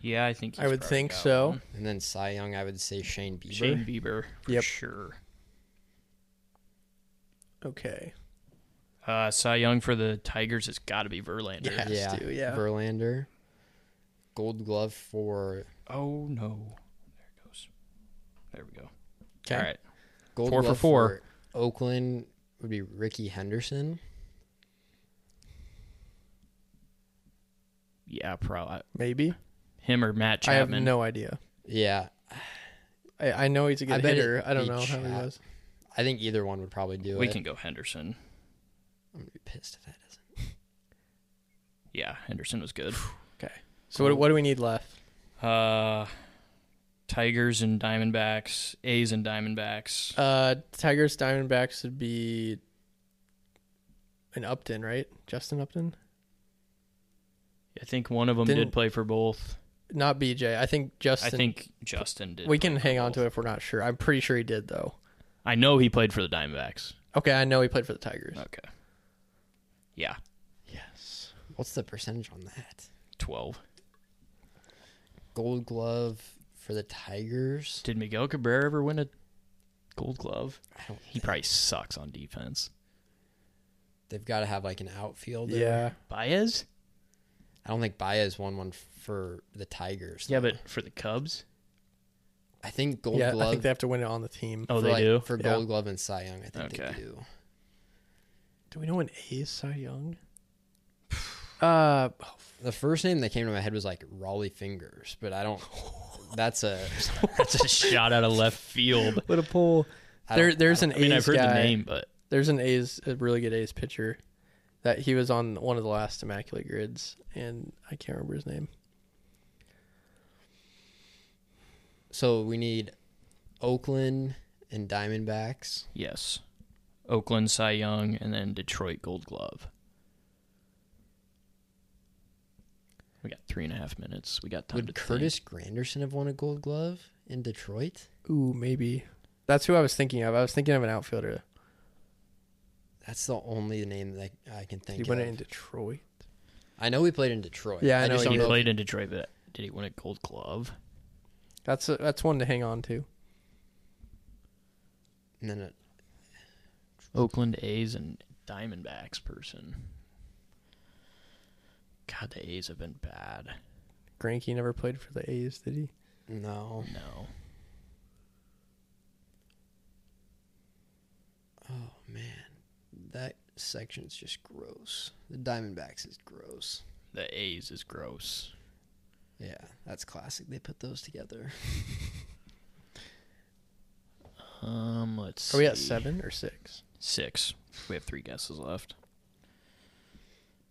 S4: Yeah, I think
S2: I would think so.
S5: And then Cy Young, I would say Shane Bieber.
S4: Shane Bieber for
S2: Yep.
S4: sure.
S2: Okay.
S4: Uh, Cy Young for the Tigers has got to be Verlander.
S2: Yeah. Has
S5: yeah,
S2: to, yeah.
S5: Verlander. Gold Glove for
S4: Oh no, there it goes. There we go.
S2: 'Kay.
S4: All right.
S5: Gold
S4: Four for
S5: Glove
S4: four.
S5: for Oakland would be Ricky Henderson.
S4: Yeah, probably
S2: Maybe.
S4: him or Matt
S2: I have
S4: Chapman.
S2: no idea.
S5: Yeah,
S2: I, I know he's a
S5: I
S2: good
S5: bet it'd
S2: hitter. I don't
S5: be
S2: know how he
S5: Chap.
S2: was.
S5: I think either one would probably do
S4: We
S5: it.
S4: can go Henderson.
S5: I'm gonna be pissed if that doesn't.
S4: Yeah, Henderson was good.
S2: Okay. So what, what do we need left?
S4: Uh, Tigers and Diamondbacks, A's and Diamondbacks.
S2: Uh, Tigers Diamondbacks would be an Upton, right? Justin Upton,
S4: I think one of them
S2: didn't-
S4: did play for both.
S2: not BJ. I think Justin.
S4: I think Justin did.
S2: we
S4: play
S2: can
S4: for
S2: hang on
S4: both.
S2: to it if we're not sure. I'm pretty sure he did though.
S4: I know he played for the Diamondbacks.
S2: Okay, I know he played for the Tigers.
S4: Okay. Yeah,
S2: Yes.
S5: What's the percentage on that?
S4: twelve.
S5: Gold Glove for the Tigers.
S4: Did Miguel Cabrera ever win a Gold Glove?
S5: I don't.
S4: He probably sucks on defense.
S5: They've got to have like an outfielder.
S2: Yeah.
S4: Baez?
S5: I don't think Baez won one for the Tigers.
S4: Yeah,
S5: though.
S4: but for the Cubs,
S5: I think Gold
S2: yeah,
S5: Glove.
S2: I think they have to win it on the team.
S4: oh,
S5: for,
S4: they
S5: like-
S4: do.
S2: [laughs]
S5: for
S2: Yeah.
S5: Gold Glove and Cy Young. I think
S4: Okay.
S5: they do.
S2: Do we know an A is Cy Young? [sighs] Uh,
S5: The first name that came to my head was like Raleigh Fingers, but
S2: [laughs]
S5: I don't. That's a that's a sh-
S4: Shot out of left field.
S2: what a pull.
S5: I
S2: There,
S5: don't-
S2: there's an
S4: I mean,
S2: A's
S4: I've heard
S2: guy.
S4: the name, but
S2: There's an A's, a really good A's pitcher, that he was on one of the last Immaculate Grids, and I can't remember his name.
S5: So we need Oakland and Diamondbacks.
S4: yes, Oakland Cy Young, and then Detroit Gold Glove. We got three and a half minutes. We got time to
S5: Would
S4: think.
S5: Curtis Granderson have won a Gold Glove in Detroit?
S2: Ooh, maybe. That's who I was thinking of. I was thinking of an outfielder.
S5: That's the only name that I can
S2: He
S5: think of.
S2: went in Detroit.
S5: I know he played in Detroit.
S2: Yeah, I know
S5: just
S2: he
S5: don't
S4: He
S2: did.
S5: know.
S4: played in Detroit, but did he win a Gold Glove?
S2: That's a, that's one to hang on to.
S5: And then uh, it-
S4: Oakland A's and Diamondbacks person. God, the A's have been bad.
S2: Granke never played for the A's, did he?
S5: no.
S4: No.
S5: Oh man, that section's just gross. The Diamondbacks is gross.
S4: The A's is gross.
S5: Yeah, that's classic. They put those together.
S4: Um, let's
S2: Are we at
S4: see.
S2: seven or six?
S4: Six. We have three guesses left.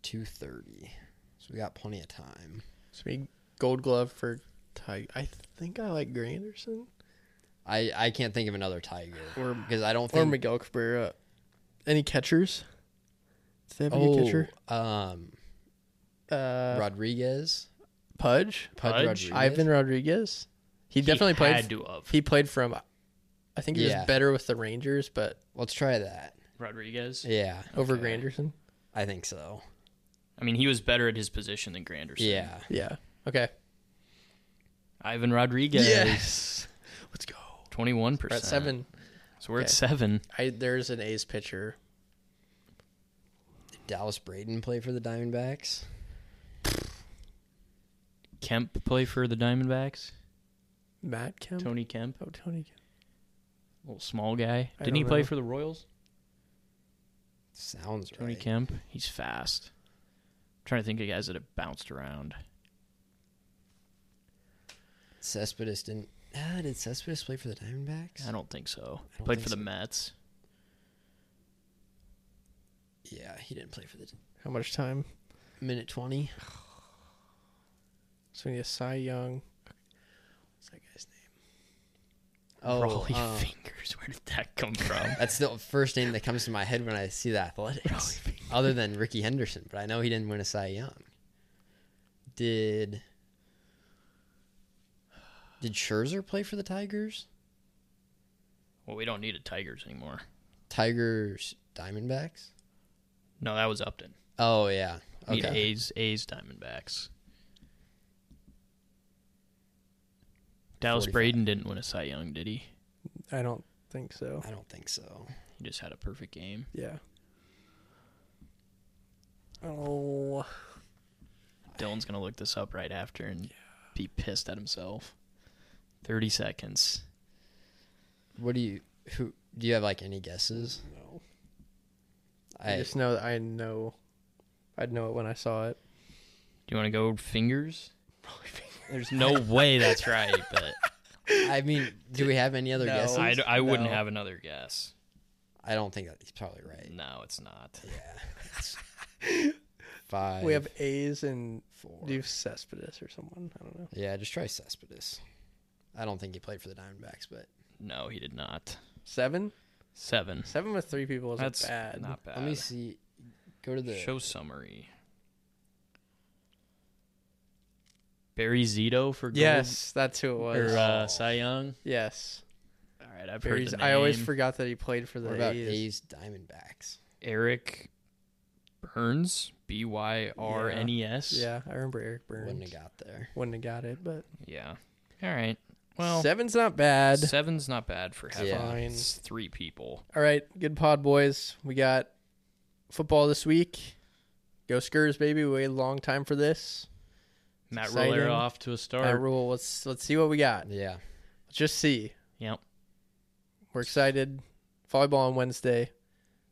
S5: Two thirty. So we got plenty of time.
S2: So we Gold Glove for Tiger. I think I like Granderson
S5: I I can't think of another Tiger
S2: or
S5: because I don't
S2: or
S5: think
S2: Miguel Cabrera. Any catchers? Do they have any
S5: Oh.
S2: catcher?
S5: um
S2: Uh,
S5: Rodriguez.
S2: Pudge,
S5: Pud
S4: Pudge?
S5: Rodriguez.
S2: Ivan Rodriguez. He definitely played.
S4: had to have.
S2: He played from. I think he
S5: Yeah.
S2: was better with the Rangers, but
S5: Let's try that.
S4: Rodriguez.
S5: Yeah,
S2: over
S4: Okay.
S2: Granderson.
S5: I think so.
S4: I mean, he was better at his position than Granderson.
S5: Yeah.
S2: Yeah. Okay.
S4: Ivan Rodriguez.
S2: Let's go.
S4: Twenty-one
S2: We're
S4: percent.
S2: at seven.
S4: So we're at
S2: Okay.
S4: seven.
S2: I there's an A's pitcher.
S5: Did Dallas Braden play for the Diamondbacks?
S4: Kemp play for the Diamondbacks.
S2: Matt Kemp.
S4: Tony Kemp,
S2: Oh, Tony. Kemp.
S4: little small guy.
S2: I
S4: Didn't he
S2: don't
S4: play
S2: know.
S4: for the Royals?
S5: Sounds
S4: Tony
S5: right.
S4: Kemp. He's fast. I'm trying to think of guys that have bounced around.
S5: Cespedes didn't. Ah, did Cespedes play for the Diamondbacks?
S4: I don't think so.
S5: don't
S4: Played
S5: think
S4: for the
S5: so.
S4: Mets.
S5: Yeah, he didn't play for the
S2: How much time?
S5: minute twenty.
S2: So we need a Cy Young. What's that guy's name?
S5: Oh,
S4: Raleigh
S2: uh.
S5: um,
S4: [laughs] Fingers. Where did that
S2: [laughs]
S4: come from?
S5: that's the first name that comes to my head when I see the Athletics,
S4: [laughs]
S5: other than Ricky Henderson. But I know he didn't win a Cy Young. Did did Scherzer play for the Tigers?
S4: well, we don't need a Tigers anymore.
S5: Tigers Diamondbacks?
S4: No, that was Upton.
S5: Oh yeah.
S4: Need
S5: Okay.
S4: A's, A's, Diamondbacks. Dallas
S5: 45.
S4: Braden didn't win a Cy Young, did he?
S2: I don't think so.
S5: I don't think so.
S4: He just had a perfect game.
S2: Yeah. Oh.
S4: Dylan's gonna look this up right after and be pissed at himself. Thirty seconds.
S5: What do you who do you have like any guesses?
S2: No. I,
S5: I
S2: just know that I know. I'd know it when I saw it.
S4: Do you want to go fingers? There's
S5: [laughs]
S4: no way that's right, but
S5: I mean, do we have any
S2: [laughs]
S5: other
S2: No.
S5: guesses?
S4: I, I wouldn't
S2: No.
S4: have another guess.
S5: I don't think that he's probably
S2: Mm.
S5: right.
S4: No, it's not.
S5: Five.
S2: We have A's and
S5: four.
S2: do you have Cespedes or someone. I don't know.
S5: Yeah, just try Cespedes. I don't think he played for the Diamondbacks, but
S4: No, he did not.
S2: Seven.
S4: Seven.
S2: Seven with three people isn't
S4: That's
S2: bad.
S4: not bad.
S5: let me see. Go to the
S4: Show summary. Barry Zito for gold,
S2: Yes, that's who it
S4: or
S2: was.
S4: uh, Cy Young.
S2: yes.
S4: All right, I've
S2: Barry's,
S4: heard the name.
S2: I always forgot that he played for
S5: what
S2: the
S5: about
S2: A's.
S5: A's Diamondbacks?
S4: Eric Burns, B Y R N E S.
S2: Yeah, I remember Eric Burns.
S5: Wouldn't have got there.
S2: Wouldn't have got it, but
S4: Yeah. All right. Well,
S2: seven's not bad.
S4: seven's not bad for having
S5: Yeah.
S2: Fine.
S4: It's three people.
S2: All right, good pod boys. We got football this week. Go Skurs, baby. We waited a long time for this.
S4: Matt
S2: exciting.
S4: Roller off to a start.
S2: Matt Rule, let's let's see what we got.
S5: Yeah.
S2: Let's just see.
S4: Yep.
S2: We're excited. Volleyball on Wednesday.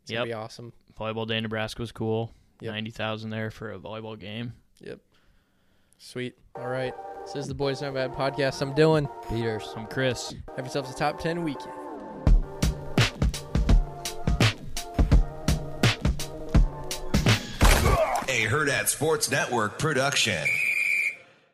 S2: It's gonna
S4: Yep.
S2: be awesome.
S4: Volleyball Day in Nebraska was cool.
S2: Yep.
S4: 90,000 there for a volleyball game.
S2: Sweet. All right. This is the Boys Not Bad podcast. I'm Dylan.
S5: Peters.
S4: I'm Chris.
S2: Have yourselves a top ten weekend.
S7: A Herd at Sports Network production.